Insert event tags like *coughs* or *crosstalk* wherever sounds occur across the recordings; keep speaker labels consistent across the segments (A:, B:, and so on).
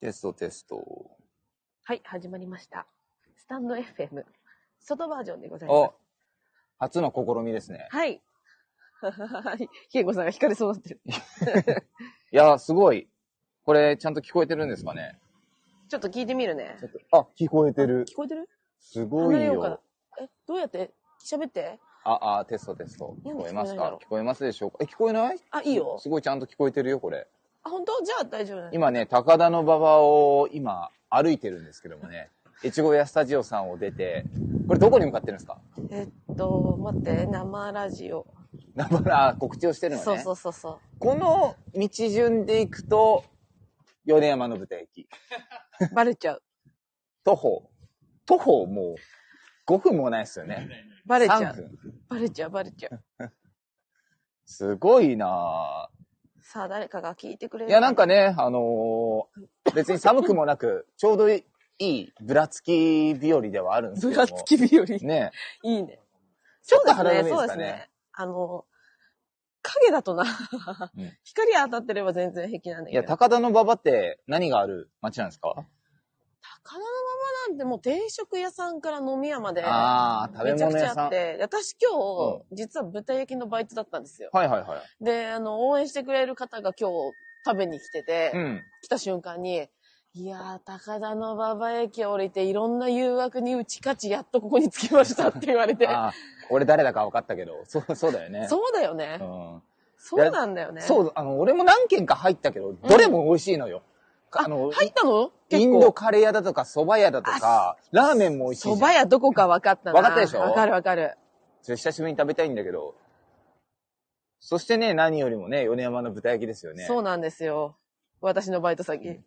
A: テストテスト。
B: はい、始まりました。スタンド FM、外バージョンでございま
A: お初の試みですね
B: す。。はい。はい。ケンゴさんが光りそうになってる。
A: いやー、すごい。これ、ちゃんと聞こえてるんですかね
B: ちょっと聞いてみるね
A: ち。ょっとあ、聞こえてる。
B: 聞こえてる
A: すごい
B: 離れようかな
A: よ。
B: え、どうやって喋って。
A: あ、あ、テストテスト。聞
B: なんで
A: こえます
B: 聞こえないんだ
A: か
B: ろう
A: 聞こえますでしょうかえ、聞こえない
B: あ、いいよ
A: す。ごいちゃんと聞こえてるよ、これ。
B: あ、本当じゃあ大丈夫だね。
A: 今ね、高田の馬場を今、歩いてるんですけどもね、越後屋スタジオさんを出て、これどこに向かってるんですか
B: えっと、待って、生ラジオ。
A: だから、告知をしてるのね。
B: そうそうそうそう。
A: この道順で行くと、米山の豚駅。
B: バレちゃう。
A: 徒歩。徒歩もう5分もないですよね。
B: バレちゃ
A: 3
B: う。
A: 分。
B: バレちゃう、バレちゃう。
A: すごいな
B: さあ、誰かが聞いてくれ
A: ぁ
B: る。
A: いや、なんかね、あのー別に寒くもなく、 *laughs* ちょうどいい、ぶらつき日和ではあるんです
B: ぶ
A: けども。
B: らつき日和。い
A: ね。
B: いね。
A: ちょっ
B: そう
A: と
B: です
A: 肌
B: ね、
A: 寒いで
B: そう
A: す
B: で
A: か
B: す
A: ね
B: ね。。あの、影だとな、
A: うん
B: 光当たってれば全然平気なんだ
A: い
B: けど。
A: や、高田の馬場って何がある街なんですか
B: 高田のままなんてもう定食屋さんから飲み屋まで、
A: ああ、食べ
B: めちゃく
A: 物
B: ち
A: 屋
B: ゃあ
A: さ
B: っ
A: ん。
B: て、で私今日、
A: う
B: 実は豚焼きのバイトだったんですよ。
A: はいはいはい。
B: で、あの、応援してくれる方が今日食べに来てて、
A: うん。
B: 来た瞬間に、いやー、高田の馬場駅降りて、いろんな誘惑に打ち勝ち、やっとここに着きましたって言われて。
A: ああ、俺誰だか分かったけど、そう、そうだよね。
B: そうだよね。
A: うん
B: そうなんだよね。
A: そう、あの、俺も何軒か入ったけど、どれも美味しいのよ。
B: あ
A: あの、
B: 入ったの
A: インドカレー屋だとか、蕎麦屋だとか、ラーメンも美味しい
B: そ
A: じゃ
B: ば
A: ん。
B: 屋どこか分かったな。
A: 分かったでしょ
B: 分かる分かる。
A: それ久しぶりに食べたいんだけど。そしてね、何よりもね、米山の豚焼きですよね。
B: そうなんですよ。私のバイト先。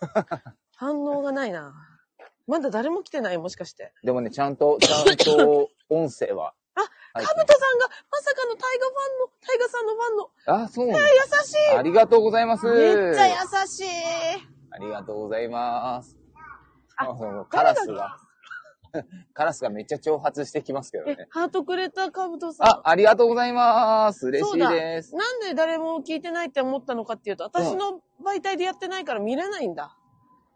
B: *laughs* 反応がないな。まだ誰も来てないもしかして。
A: でもね、ちゃんと、ちゃんと、音声は。
B: か
A: 入
B: ぶ
A: って
B: とさ
A: ま
B: んが、まさかのタイガファンの、タイガさんのファンの、
A: すあ、そうなんだ
B: 優しい
A: ありがとうございます。
B: めっちゃ優しい
A: ありがとうございます。
B: あ
A: あ、そのカラス
B: 誰だ
A: が、 *laughs* カラスがめっちゃ挑発してきますけど
B: え
A: ね。、
B: ハートくれたかぶとさん。
A: あ、ありがとうございます。嬉
B: そ
A: し
B: う
A: い
B: だ
A: です。
B: なんで誰も聞いてないって思ったのかっていうと、私の媒体でやってないから見れないんだ。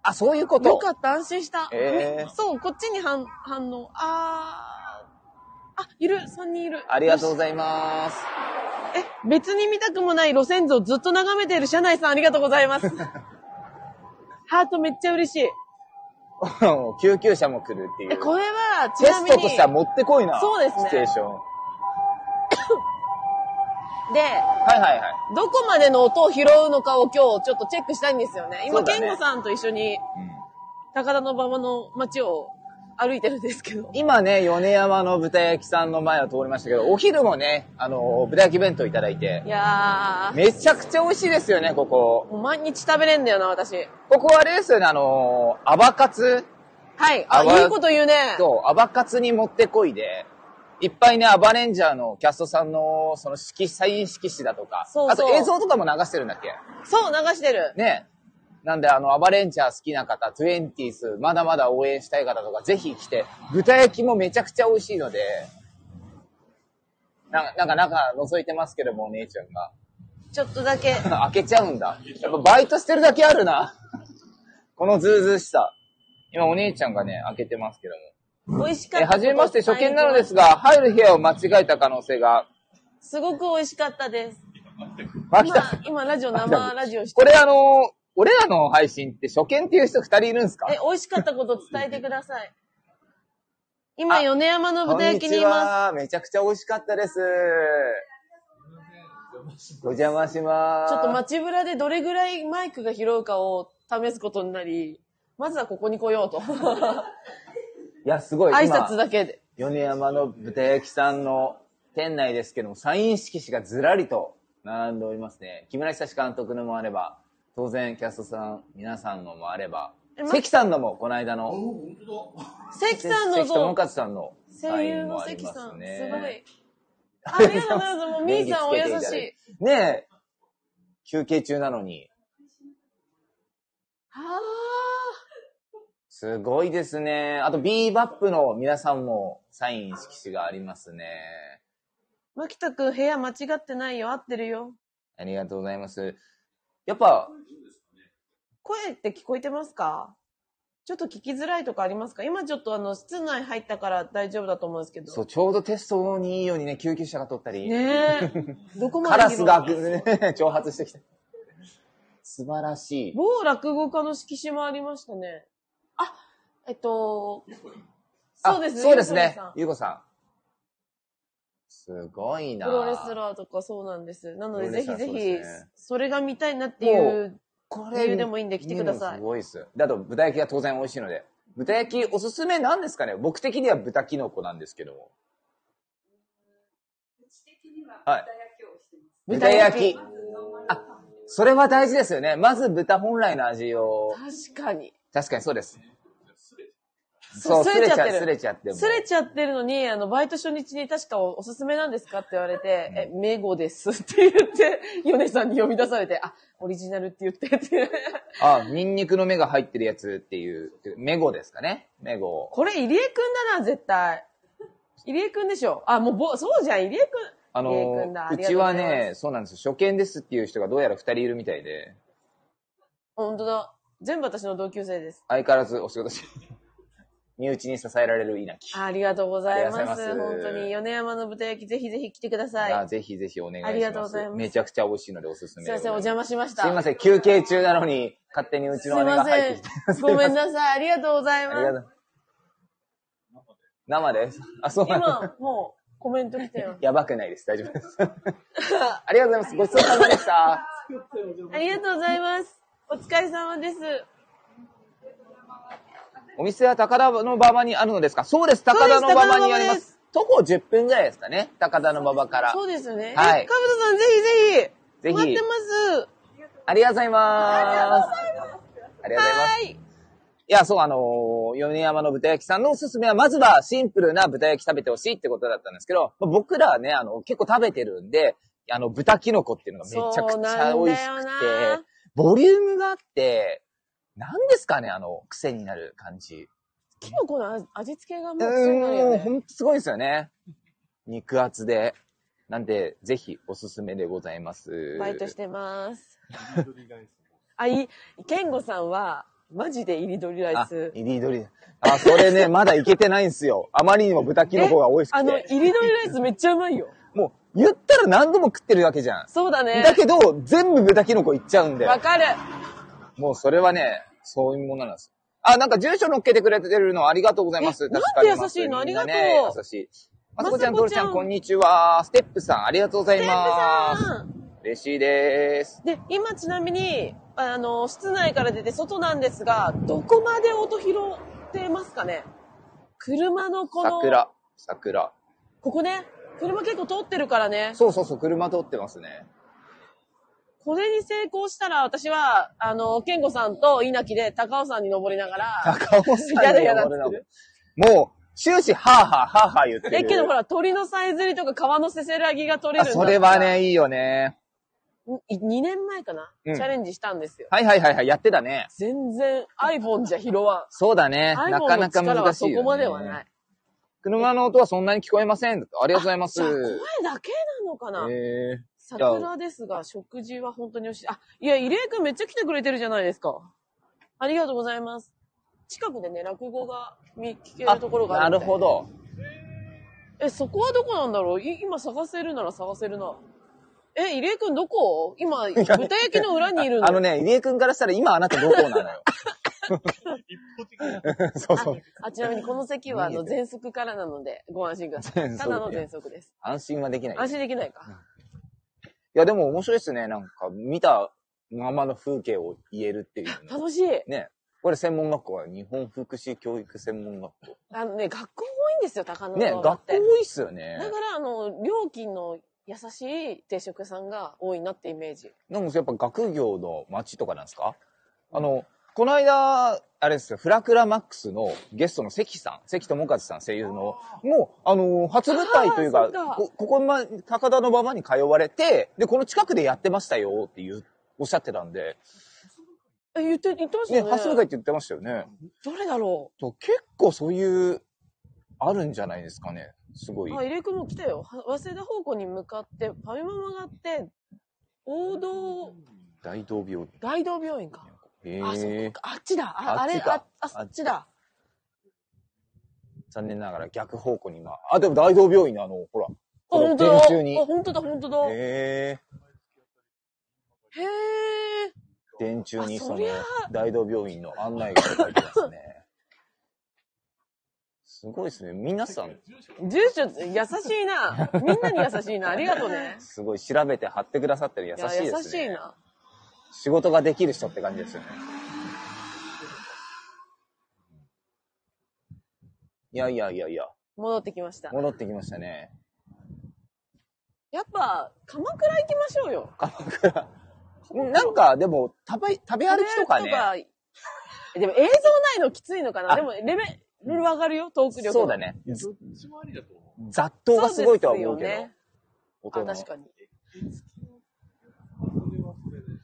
A: あ、そういうこと
B: よかった、安心した。
A: えー
B: そう、こっちに反反応。あー。あ、いる、3人いる。
A: ありがとう
B: よ
A: ございます。 *laughs*
B: しえ、別に見たくもない路線図をずっと眺めている車内さん、ありがとうござい
A: *laughs*
B: ます。ハートめっちゃ嬉しい。
A: 救急車も来るってい
B: え、
A: う。
B: これは、ち
A: テ
B: な
A: ス
B: みに、
A: トとしてはもってこいな。
B: そうですね
A: シチュエーション。は
B: で、
A: いはいはい。
B: どこまでの音を拾うのかを今日ちょっとチェックしたいんですよね。
A: そ
B: 今、
A: うだ
B: 健
A: ね
B: 吾さんと一緒に高田の馬場の街を歩いてるんですけど。
A: 今ね、米山の豚焼きさんの前を通りましたけど、お昼もね、あの、豚焼き弁当いただいて
B: い、やー、
A: めちゃくちゃ美味しいですよね、ここ。
B: もう毎日食べれんだよな、私。
A: ここはあれですよね、あの、アバカツ
B: はい。あ、
A: あわ
B: いいこと言うね。
A: と、アバカツに持ってこいで、いっぱいね、アバレンジャーのキャストさんの、その色紙、サイン色紙だとか、
B: そうそう
A: あと映像とかも流してるんだっけ
B: そう、流してる。
A: ね。なんで、あの、アバレンチャー好きな方、トゥエンティース、まだまだ応援したい方とか、ぜひ来て、豚焼きもめちゃくちゃ美味しいので、なんか、なんか中覗いてますけども、お姉ちゃんが。
B: ちょっとだ
A: *laughs*
B: け。
A: 開けちゃうんだ。やっぱバイトしてるだけあるな。 *laughs* このズーズーしさ。今お姉ちゃんがね、開けてますけども。
B: 美味しかっ
A: え、
B: た。
A: はじめまして、初見なのです。が、入る部屋を間違えた可能性が、
B: すごく美味しかったです。
A: マキ
B: 今
A: タ、
B: 今ラジオ、生ラジオして
A: これあの、俺らの配信って初見っていう人二人いるんですか
B: え、美味しかったこと伝えてください。今、
A: あ
B: 米山の
A: こん
B: 豚
A: に
B: 焼き
A: ち
B: にいま。
A: は。めちゃくちゃ美味しかったです。お邪魔しますす。
B: ちょっと街ぶらでどれぐらいマイクが拾うかを試すことになり、まずはここに来よ
A: *laughs*
B: うと。
A: いや、すごい。
B: 挨
A: 今
B: 拶だけで。
A: 米山の豚焼きさんの店内ですけども、サイン色紙がずらりと並んでおりますね。木村久志監督のもあれば、当然キャストさん、皆さんのもあれば
B: え、ま
A: 関さんのも、この間の、
B: 関さんの
A: 関智
B: 像、
A: 和さんのサ
B: 声
A: イ
B: 優
A: ン
B: の
A: もあ
B: 関
A: りま
B: さ
A: す
B: ん、
A: ね。
B: すご
A: *laughs*
B: い。ありがとうございます。もう、み
A: ネ
B: ー
A: ギ
B: さん
A: つ
B: お
A: け
B: 優
A: ていただ
B: しい
A: て。。ねえ。休憩中なのに。
B: あ
A: すごいですね。あと、ビーバップの皆さんもサイン色紙がありますね。
B: ー。牧田くん、部屋間違ってないよ。合ってるよ。
A: ありがとうございます。やっぱ、
B: 声って聞こえてますかちょっと聞きづらいとかありますか今ちょっとあの、室内入ったから大丈夫だと思うんですけど。
A: そう、ちょうどテストにいいようにね、救急車が取ったり、
B: ね
A: *laughs*
B: え。どこま
A: カ
B: で
A: ラ
B: 広
A: ス
B: い
A: が、ね、 *laughs* 挑発してきた。素晴らしい。
B: 某落語家の色紙もありましたね。あ、えっと、
A: あ
B: そうですね。
A: そうです
B: ゆうこ
A: ね
B: さん。
A: ゆうこさん。すごいな
B: プロレスラーとかそうなんです。なので、
A: プロレ
B: ぜ
A: スラ
B: ひ
A: ー
B: ぜ
A: そう
B: ひ
A: ですね、
B: それが見たいなっていう
A: こ
B: 理由でもいいんで来てくださ
A: 見るの
B: い
A: す。ごいです。だと豚焼きが当然美味しいので。豚焼きおすすめなんですかね僕的には豚キノコなんですけども。
C: うち的には
A: はい
C: 豚焼きをしてます。
A: 豚焼き。
C: まずノーマル
A: あ、それは大事ですよね。まず豚本来の味を。
B: 確かに。
A: 確かにそうです。
B: そう
A: すれちゃ
B: す
A: す
B: れ
A: れちゃっても。
B: すれちゃってるのに、あの、バイト初日に確かおおすすめなんですかって言われて、え、メゴですって言って、ヨネさんに呼び出されて、あ、オリジナルって言ってって。
A: あ、ニンニクの芽が入ってるやつっていう、メゴですかねメゴ。
B: これ入江くんだな、絶対。入江くんでしょ。あ、もうぼ、そうじゃん、入江くん。
A: あ
B: 入江く
A: の
B: んだ、あ
A: う
B: りがと
A: ち
B: うござ
A: はい
B: ます
A: ね、そうなんです。初見ですっていう人がどうやら二人いるみたいで、
B: 本当だ。全部私の同級生です。
A: 相変わらずお仕事し、 *laughs* 身内に支えられる稲城。
B: ありがとうございます。
A: ありがとうございます
B: 本当に、米山の豚焼き、ぜひぜひ来てくださ
A: あ
B: い。
A: ぜひぜひお願いします。
B: ありがとうございます
A: めちゃくちゃ美味しいのでおすす
B: す
A: め
B: い
A: で
B: ま
A: ご
B: せん、お
A: ざいます。
B: 邪魔しました。
A: すいません、休憩中なのに、勝手にうちの姉が入ってきて。
B: すいません。ごめんなさい。ありがとうござい
A: ありがと
B: ます。
A: う。生であ、そうなんだ。。
B: 今、もう、コメント来てよ
A: やばくないです。大丈夫です。 *laughs* ありがとうございます。ごちそうさまでした。
B: ありがとうございます。お疲れ様です。
A: お店は高田の馬場にあるのですかそうです。高田の馬場にありま。
B: そうです高田馬場です
A: 徒歩10分ぐらいですかね。高田の馬場から。
B: そうですよね。は
A: はい
B: い。かぶとさん、ぜひぜひ。
A: ぜひ
B: 待ってます。
A: ありがとうございます。ありがとうございます。。
B: はいい。
A: や、そう、あのー、米山の豚焼きさんのおすすめは、まずはシンプルな豚焼き食べてほしいってことだったんですけど、まあ僕らはね、あの、結構食べてるんで、あの、豚キノコっていうのがめちゃくちゃ美味し
B: そうな
A: く
B: んだよな
A: て、ボリュームがあって、何ですかね、あの、癖になる感じ。
B: キノコの味味付けがもう
A: う
B: 癖になる
A: ーん、も
B: よ
A: う
B: ね
A: ほ。んとすごいですよね。肉厚で。なんで、ぜひおすすめでございます。
B: バイトしてます。あ、い、ケンゴさんは、マジで入り取りライ
A: あ、
B: ス。
A: 入り鶏だ。あ、それね、まだいけてないんすよ。あまりにも豚キノコが美味し
B: あ
A: く
B: の、
A: て。
B: 入り取りライスめっちゃうまいよ。
A: もう、言ったら何度も食ってるわけじゃん。
B: そうだね
A: だ。けど、全部豚キノコいっちゃうんだ
B: わ
A: よ。
B: かる。
A: もうそれはね、そういうものなんです。あ、なんか住所乗っけてくれてるのありがとうございます。
B: えなんて
A: 助かります
B: 優しいの
A: みんなね
B: ありがとう
A: 優しい。まさこちゃん、と
B: まさこ
A: る
B: ち
A: ち
B: ゃん
A: ゃん、こんにちは。ステップさん、ありがとうござい
B: テンプ
A: ます。
B: さん。
A: 嬉しいです。
B: で、今ちなみに、あの、室内から出て外なんですが、どこまで音拾ってますかね車のこの、
A: 桜、桜。
B: ここね、車結構通ってるからね、
A: そうそうそう、車通ってますね。
B: これに成功したら私は、あの、健吾さんと稲城で高尾山に登りながら、
A: 高尾さんに
B: やだやだ
A: 登るなもう、終始、はぁはぁはぁはぁ言ってる。
B: え、けどほら、鳥のさえずりとか川のせせらぎが取れ
A: あ
B: るんだ
A: それは。ね、いいよね。
B: 2年前かな、
A: うん
B: チャレンジしたんですよ。
A: はいはいはいはい、やってたね。
B: 全然 iPhone じゃ拾わ
A: そうだね。
B: ん。
A: なか
B: iPhone の
A: なか
B: 力は
A: 難し
B: そ
A: いよ、ね。
B: こまではない。
A: 車の音はそんなに聞こえません。ありがとうございます
B: じゃあ。声だけなのかな、
A: え
B: 桜ですが、食事は本当に美味しい。あ、いや、入江くんめっちゃ来てくれてるじゃないですか。ありがとうございます。近くでね、落語が見聞け
A: ー、
B: るところがあ
A: なる
B: るみたい
A: ほ。ど。
B: え、そこはどこなんだろうい今探せるなら探せるな。え、入江くんどこ今、豚焼きの裏にいる
A: あ
B: の
A: のね、入江くんからしたら今あなたどこなのよ。そうそう。
B: あ、ちなみにこの席は、あの、
A: 逃げて
B: 喘息からなので、ご安心ください。
A: 喘息
B: ただの喘息です。
A: 安心はできない。
B: 安
A: い
B: 心できないか。
A: や、でも面白いですね。なんか、見たままの風景を言えるっていうのね。
B: 楽しい。
A: ね。これ専門学校は日本福祉教育専門学
B: あのね、学校多いんですよ、高野
A: 校。ね、
B: の
A: 学
B: 場
A: 校
B: って。
A: 多いっすよね。
B: だから、あの、料金の優しい定食屋さんが多いなってイメージ。
A: なんかやっぱ学業の街とかなんですかあの、この間、あれですよ、フラクラマックスのゲストの関さん、関智和さん声優の、もう、あの、初舞台という
B: あ
A: か
B: ーそうか、
A: こここま、高田の馬場に通われて、で、この近くでやってましたよっていう、おっしゃってたんで、
B: え、言って、言ってました
A: ね、
B: よね。
A: 初舞台って言ってましたよね。
B: どれだろ。。
A: と結構そういう、あるんじゃないですかね。すごいう
B: あ、入江君も来たよ。は早稲田方向に向かって、ファミマ曲がって、大道、
A: 大道病
B: 大道病院か。
A: へ
B: あ、そ
A: え
B: っ。か。あっちだ。あ
A: あ
B: あ
A: っ
B: れ
A: ち
B: あ
A: か、
B: あっちだ。
A: 残念ながら逆方向に今。あ、でも大道病院のあの、ほら。
B: あ、本当
A: 電
B: だ。
A: 柱に
B: あ、本当だ、本当だ。へ
A: へえ。
B: え。
A: 電柱に
B: あ
A: そ
B: そ
A: の
B: りゃあ
A: 大道病院の案内が書いてますね。すごいですね。皆さん、
B: 住所、優し
A: *laughs*
B: いな。みんなに優しいな。ありがとうね。
A: すごい調べて貼ってくださってる *laughs* 優しい
B: や
A: で
B: 優
A: す
B: しい
A: ね。
B: な。
A: 仕事ができる人って感じですよね。いやいやいやいや、
B: 戻ってきました。
A: 戻ってきましたね。
B: やっぱ、鎌倉行きましょうよ。
A: なんか、でも、食べ、食べ歩きとかね。
B: 食べ歩きとかでも映像ないのきついのかな
A: あ
B: でもレベル上がるよ、トーク力。
A: そうだ。ね。
D: どっちもありだと思う。
A: 雑
B: そ
A: 踏がすごいとは思う
B: ですよ
A: け
B: ね。
A: ど。
B: あ、
A: 音の
B: 確かに。
D: それはそれで。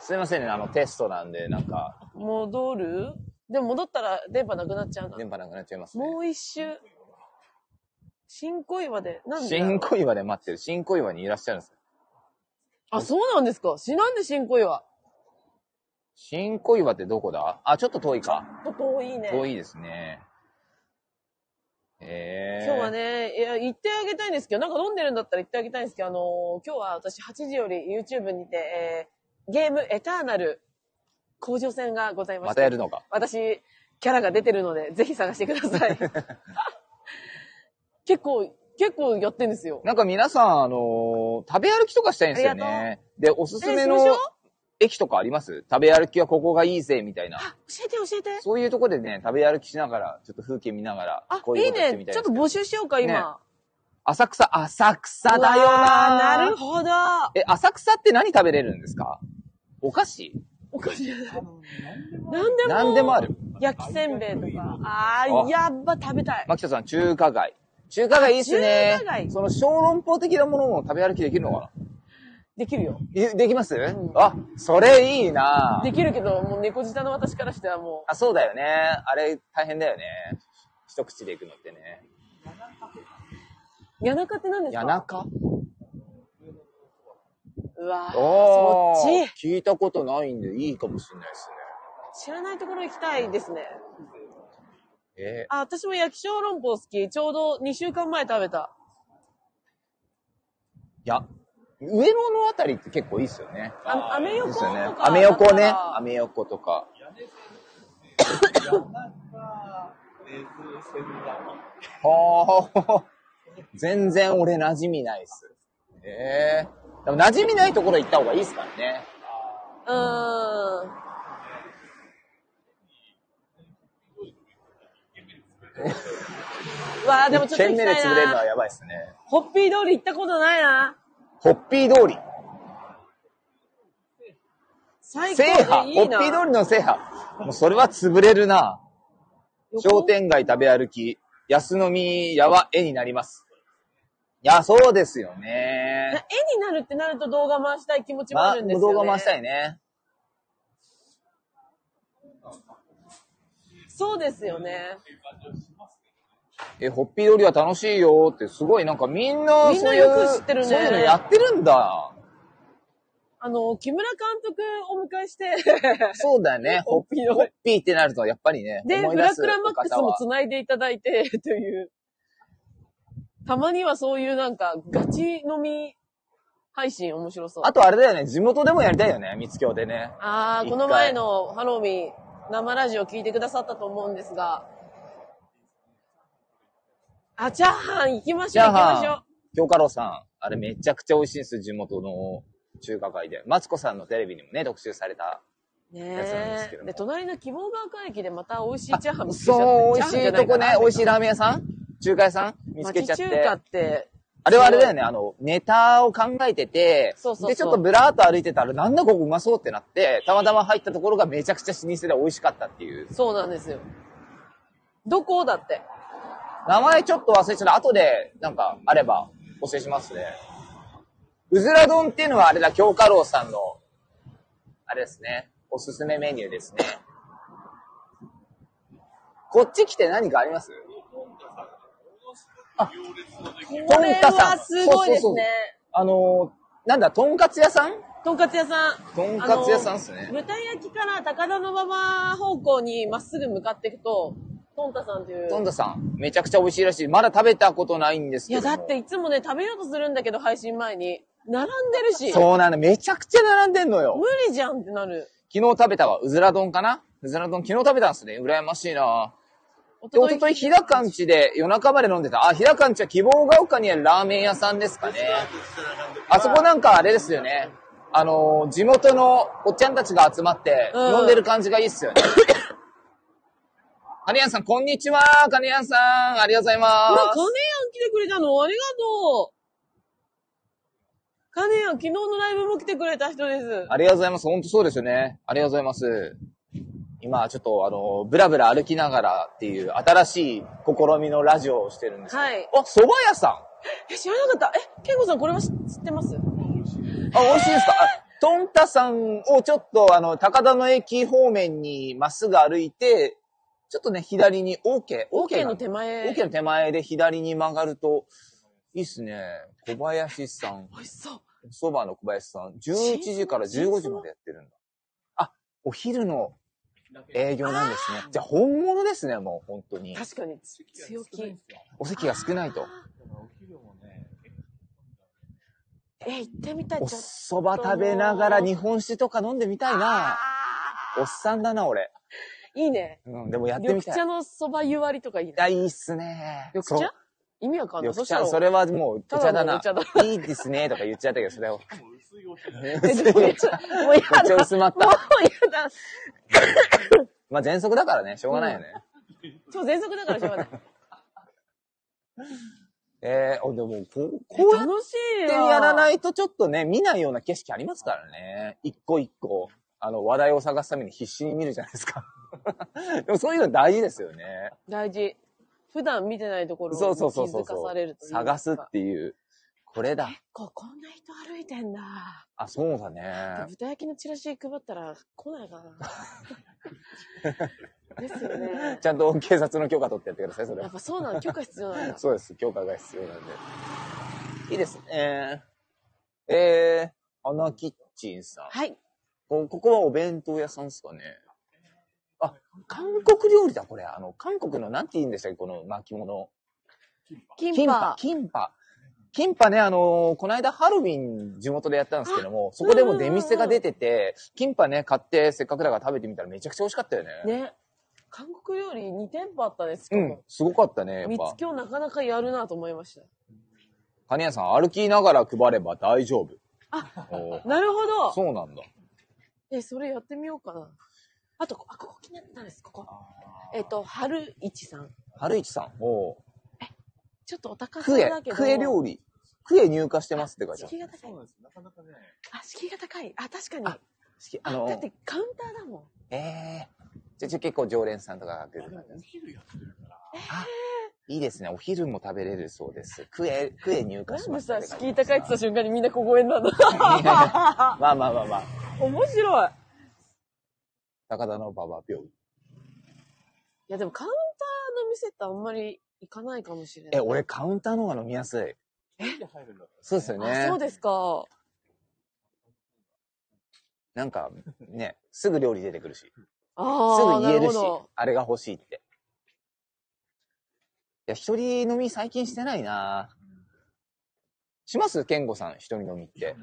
A: すいませんね、あのテストなんで、なんか、
B: 戻るでも戻ったら電波なくなっちゃうな。
A: 電波なくなっちゃいますね。
B: もう一周。新小岩で。なんでだろう
A: 新小岩で待ってる。新小岩にいらっしゃるんです。
B: あ、そうなんですか。しなんで新小岩
A: 新小岩ってどこだあ、ちょっと遠いか。
B: ちょっと遠いね。
A: 遠いですね。ええー。
B: 今日は。ね、いや、行ってあげたいんですけど、なんか飲んでるんだったら行ってあげたいんですけど、あのー今日は私8時より YouTube にて、えーゲームエターナル甲状戦がございまして。
A: またやるのか。
B: 私、キャラが出てるので、ぜひ探してくだ
A: *laughs*
B: さい。結構、結構やってんですよ。
A: なんか皆さん、あのー食べ歩きとかしたいんですよ
B: あり
A: ね。で、おすすめ
B: えし
A: の
B: ましょう
A: 駅とかあります食べ歩きはここがいいぜ、みたいな。
B: あ、教えて教えて。
A: そういうとこでね、食べ歩きしながら、ちょっと風景見ながら、
B: あ
A: こう、
B: い
A: い
B: いう
A: ことして
B: ね
A: み。たい
B: ちょ
A: で
B: っ
A: す
B: と募集しようか、今。
A: ね浅草、浅草だよ
B: うわ
A: な
B: ーなる
A: ど。
B: ほど。
A: え、浅草って何食べれるんですかお菓子
B: おかしい。
D: あの、なんでも
B: なんでも。
A: 何でもある。
B: 焼きせんべいとか。あ
A: あ
B: ー、やっぱ食べたい。
A: 牧田さん、中華街。中華街いいっすね。
B: 中華街
A: その小籠包的なものも食べ歩きできるのか
B: できるよ。
A: ないできます、
B: ん
A: あ、それいいな
B: できるけど、もう猫舌の私からしてはも
A: あ、そうだよね。あれ、大変だよね。一口でいくのってね。
B: う、谷中って何ですか
A: 谷中
B: うわー
A: お
B: そっ
A: ち聞いたことないんで、いいかもしれないです
B: ち。知らないところ行きたいですね。
A: ね。え
B: あ、私も焼き小籠包好き。ちょうど2週間前食べた。
A: ーいや、上野のあたりって結構いいっすよね。
B: あ、アメ
A: いい
B: 横
A: っ
B: と
A: すよね。
B: か。
A: アメ横ね。ア
B: あ
A: メ横とか。
D: やなんか、レズセルだ。
A: はあ、全然俺馴染みないっす。ええでも馴染みないところ行った方がいいっすからね。
B: うーん。うわあ、でもちょっと
A: 県
B: 行き
A: 目
B: た
A: で
B: い
A: 潰れるのは
B: な。
A: やばいっすね。
B: ホッピー通り行ったことないな。
A: ホッピー通り。
B: 最高
A: 制覇。
B: でい
A: ホ
B: い
A: ッ
B: な。
A: ピー通りの制覇。もうそれは潰れるな。商店街食べ歩き、安飲み屋は絵になります。いや、そうですよ
B: な
A: ね。
B: 絵になるってなると動画回したい気持ちも
A: ま
B: あ
A: あ、
B: るんですよね。
A: 動画回した
B: い。
A: いね。
B: そうですよね。
A: え、ホッピー通りは楽しいよって、すごいなんかみんな、
B: みん
A: そ
B: な
A: ういう
B: よく知ってるね
A: そういうのやってるんだ。
B: あの、木村監督をお迎えして、
A: そうだよね。 *laughs* ホ
B: ホ
A: ッ
B: ッ
A: ピ
B: ピ
A: ー、
B: ー
A: ホッピーってなると、やっぱりね。
B: で、
A: 思い
B: ブ
A: 出
B: ラ
A: す
B: クラマックス
A: お方
B: も
A: は
B: 繋いでいただいて、という。たまにはそういうなんか、ガチ飲み配信面白そう。
A: あとあれだよね、地元でもやりたいよね、三つ京でね。
B: あー、この前のハロウィン生ラジオ聞いてくださったと思うんですが、あ、チャーハン行きまし
A: じ
B: ょう、
A: ゃ
B: 行きましょ
A: あ、京太郎さん、あれめちゃくちゃ美味しいんです、地元の中華街で。マツコさんのテレビにもね、特集された。
B: う。
A: やつなんで
B: ね
A: すけど
B: え。
A: も
B: で、隣の希望が丘駅でまた美味しいチャーハン見つけちゃって。
A: そう、美味し
B: チャーハンじゃ
A: い
B: な
A: とこ
B: か
A: ね
B: な、
A: 美味しいラーメン屋さん中華屋さん見つけちゃっ。
B: 町中華ってて、
A: あれはあれだよね、あの、ネタを考えてて、
B: そうそうそう
A: で、ちょっとブラーっと歩いてたら、なんだここうまそうってなって、たまたま入ったところがめちゃくちゃ老舗で美味しかったっていう。
B: そうなんですよ。どこだって。
A: 名前ちょっと忘れちゃった。後で、なんか、あれば、お教えしますね。うずら丼っていうのはあれだ、京華楼さんの、あれですね。おすすめメニューですね。こっち来て何かあります
B: これはすごいですね。
A: あのー、なんだ、とんかつ屋さん
B: とんかつ屋さん。
A: とんかつ屋さんっすね。
B: 舞台焼きから高田馬場方向にまっすぐ向かっていくと、とんたさんっていう。
A: とんださん、めちゃくちゃ美味しいらしい。まだ食べたことないんです
B: い
A: け
B: や、
A: ども。
B: だっていつもね、食べようとするんだけど、配信前に。並んでるし。
A: そうなの。めちゃくちゃ並んでんのよ
B: 無。理じゃんってなる。
A: 昨日食べたわ。うずら丼かなうずら丼昨日食べたんですね。羨ましいな
B: お
A: で、おととい、日高んちで夜中まで飲んでた。あ、日高んちは希望が丘にあるラーメン屋さんですかね。あそこなんかあれですよね。あのー地元のおっちゃんたちが集まって
B: うん
A: 飲んでる感じがいいっすよ *coughs* ね。金谷さん、こんにちは金谷さんありがとうございま
B: うわ、
A: す
B: カネヤン来てくれたのありがとう。カネヤン、昨日のライブも来てくれた人です。
A: ありがとうございます。本当そうですよね。ありがとうございます。今、ちょっと、あの、ブラブラ歩きながらっていう新しい試みのラジオをしてるんですけど。
B: はい
A: あ、蕎麦屋さ
B: え、知らなかった。え、ケンゴさんこれは知ってます
A: ん。あ、美味しいですかあ、トンタさんをちょっと、あの、高田の駅方面にまっすぐ歩いて、ちょっとね、左に、オーケー。
B: オーケー
A: な
B: の
A: んだ
B: 手前。
A: オーケーの手前で左に曲がると、いいっすね。小林さん。
B: 美味しそう。
A: そばの小林さん、11時から15時までやってるんだ。あ、お昼の営業なんですね。じゃあ本物ですね、もう本当に。
B: 確かに、つ強気。
A: お席が少ないと。
B: え、行ってみたい。
A: お
B: ちょっ
A: 蕎麦食べながら日本酒とか飲んでみたいな。おっさんだな、俺。
B: といいね。
A: うん、でもやってみ
B: 緑
A: たい
B: 茶。のそば湯割りとかいいね。
A: あ、いいっすね。
B: 緑
A: そう
B: 茶意味わかんない。
A: 緑
B: そした
A: 茶、
B: ら、
A: それはもうお茶だ
B: ただのお
A: な
B: 茶だ。
A: いいですね、とか言っちゃったけど、それ
B: *laughs*
A: を。
B: えでも
A: めっ *laughs* ち
B: もうやだ。
A: ゃ薄まっ
B: もう
A: た。
B: やだ。
A: まあ、喘息だからね、しょうがないよね。
B: 超全速だからしょうがない。
A: *laughs* えー、おでも、こう、こうやっ
B: 楽しい
A: っ
B: よ。。
A: てやらないいとちょっとね、見ないような景色ありますからね。一個一個、あの、話題を探すために必死に見るじゃないですか。 *laughs* でもそういうの大事ですよね。
B: 大事。普段見てないところ
A: そう
B: を
A: そう
B: 気
A: そうそ
B: づ
A: う
B: かされるというか
A: 探すっていう。これだ。
B: こ、こんな人歩いてんだ。
A: あ、そうだね。
B: 豚焼きのチラシ配ったら来な
A: *laughs*
B: いかな。ですよね。
A: ちゃんと警察の許可取ってやってください、それ
B: や
A: は
B: っ。ぱそうなの、許可必要なん
A: *laughs*
B: だ。
A: そうです。許可が必要なんで。いいですね。えー、アナキッチンさん。
B: はい。
A: こここはお弁当屋さんですかね。あ、韓国料理だ、これ。あの、韓国の、なんて言うんでしたっけ、この巻物。
B: キ
A: キ
B: ン
A: ンパ
B: パ、。
A: キンパ。キンパね、あのーこの間ハロウィン地元でやったんですけども、そこでも出店が出てて、キンパね、買ってせっかくだから食べてみたらめちゃくちゃ美味しかったよね。
B: ね。韓国料理2店舗あったんですけ
A: うん
B: ど、、
A: すごかったね、やっ
B: 三つ
A: ぱ。
B: 今日なかなかやるなと思いました。
A: 金谷さん、歩きながら配れば大丈夫。おー
B: なるほど。
A: そうなんだ。
B: え、それやってみようかな。あと、こあ、ここ気になったんです、ここ。えっ、と、春市さん。
A: 春市さん、おー
B: ちょっとお高そう
A: クエ
B: だけ、ど。
A: クエ料理。クエ入荷してますって書いてある
B: 敷居が高い。あ、敷居が高い。あ、確かに。
A: あ好き。あ
B: あ
A: の
B: だっ
A: ー
B: て、カウンターだもん。
A: ええじゃじゃあ結構常連さんとかが来る感じです。あいいですね。お昼も食べれるそうです。クエ、クエ入荷
B: な
A: し
B: ん
A: ま
B: ですさ、敷居高いって言っ
A: *laughs*
B: た瞬間にみんな小声になるの。
A: まあまあまあまあ。
B: 面白い。い
A: 高田の馬場病院。
B: や、でもカウンターの店ってあんまり行かないかもしれな
A: え、
B: い。
A: 俺カウンターの方が飲みやすい。そうですよ
B: あ、
A: ね
B: そう。ですか。
A: なんか、ね、すぐ料理出てくるし、す
B: ああ、
A: ぐ言え
B: な
A: る
B: る
A: し
B: ほ、
A: あれが欲しいって。いや、一人飲み最近してないなします健吾さん、一人飲みって。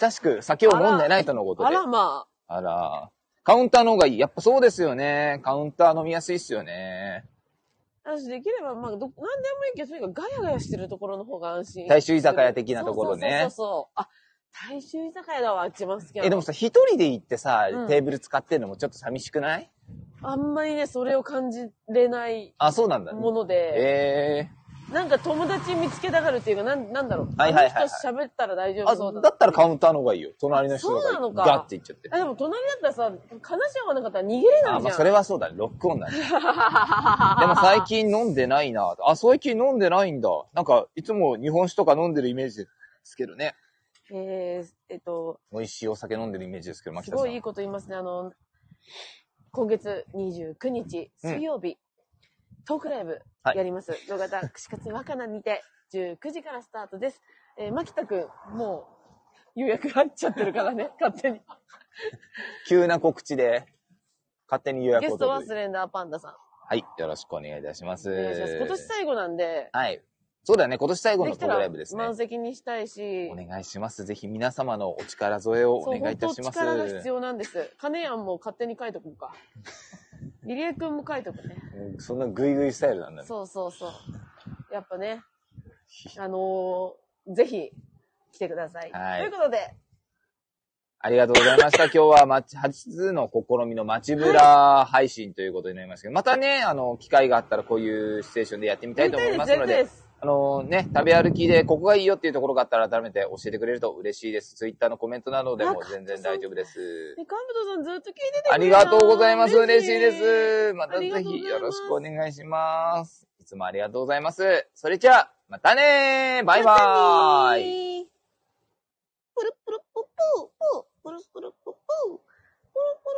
A: 親しく酒を飲んでないとのこと
B: ど。
A: で。
B: あら、まあ。
A: あら。カウンターの方がいい。やっぱそうですよね。カウンター飲みやすいっすよね。
B: 私、できれば、まあ、ど、なんでもいいけど、とにかくガヤガヤしてるところの方が安心。
A: 大衆居酒屋的なところね
B: そうそうそうそう。あ、大衆居酒屋だわ、一番好きなの
A: え、でもさ、一人で行ってさ、
B: うん
A: テーブル使ってるのもちょっと寂しくない
B: あんまりね、それを感じれない
A: あ、そうなんだ。
B: もので、
A: え
B: なんか友達見つけたがるっていうか、なん、なんだろう。
A: はいはいはいはい
B: あの人喋ったら大丈
A: え
B: 夫
A: あ、
B: そうだな
A: だったらカウンターの方がいいよ。隣の人
B: そうなの
A: が
B: か
A: ガッて行っちゃって。
B: あ、でも隣だったらさ、話し合わなかったら逃げれ
A: あ、
B: ないじ
A: ま
B: ゃ
A: あ
B: ん。 *laughs*
A: それはそうだね。ロックオンだね。でも最近飲んでないな。あ、最近飲んでないんだ。なんか、いつも日本酒とか飲んでるイメージですけどね。
B: えー、えっと、
A: 美味しいお酒飲んでるイメージですけど、牧
B: す
A: 田さん。
B: ごいいいこと言いますね。あの、今月29日、水曜日、トークライブ
A: はい
B: やります。野方串カツ若菜にて、19時からスタートです。えー、牧田くん、も予約入っちゃってるから
A: *laughs*
B: ね、勝手に。
A: 急な告知で、勝手に予約
B: ゲ
A: を
B: ストはスレンダーパンダさん。
A: はい、よろしくお願いいたします。
B: お願いします。今年最後なんで、
A: はい。そうだよね、今年最後
B: で
A: のプ
B: きた
A: ログ
B: ら
A: ライブですね。
B: 満席にしたいし、
A: お願いします。ぜひ皆様のお力添えをお
B: そう、
A: 願いい
B: 本
A: た
B: 当
A: します。
B: 力が必要なんです。金やんも勝手に書いとこうか。リリエ君も書いとくね。
A: うんそんなグイグイスタイルなんだね。
B: そうそうそう。やっぱね、あのーぜひ来てください。
A: はい
B: ということで、
A: ありがとうございま *laughs* した。今日はまち、初の試みの街ブラ配信ということになりますけど、またね、あの、機会があったらこういうステーションでやってみたいと思いますの
B: やりたい
A: で
B: ですやりたいです、
A: あのね、食べ歩きでここがいいよっていうところがあったら改めて教えてくれると嬉しいです。ツイッターのコメントなどでも全然大丈夫です。
B: ね、カンブトさんずっと聞いててくれた
A: ありがとうございます。嬉しいです。また
B: あ
A: ぜ
B: りがとうござ
A: ひ
B: います
A: よろしくお願いします。いつもありがとうございます。それじゃあ、またねーバイバーイ
B: イ。プルプルプップー、プルプルプップー、プルプル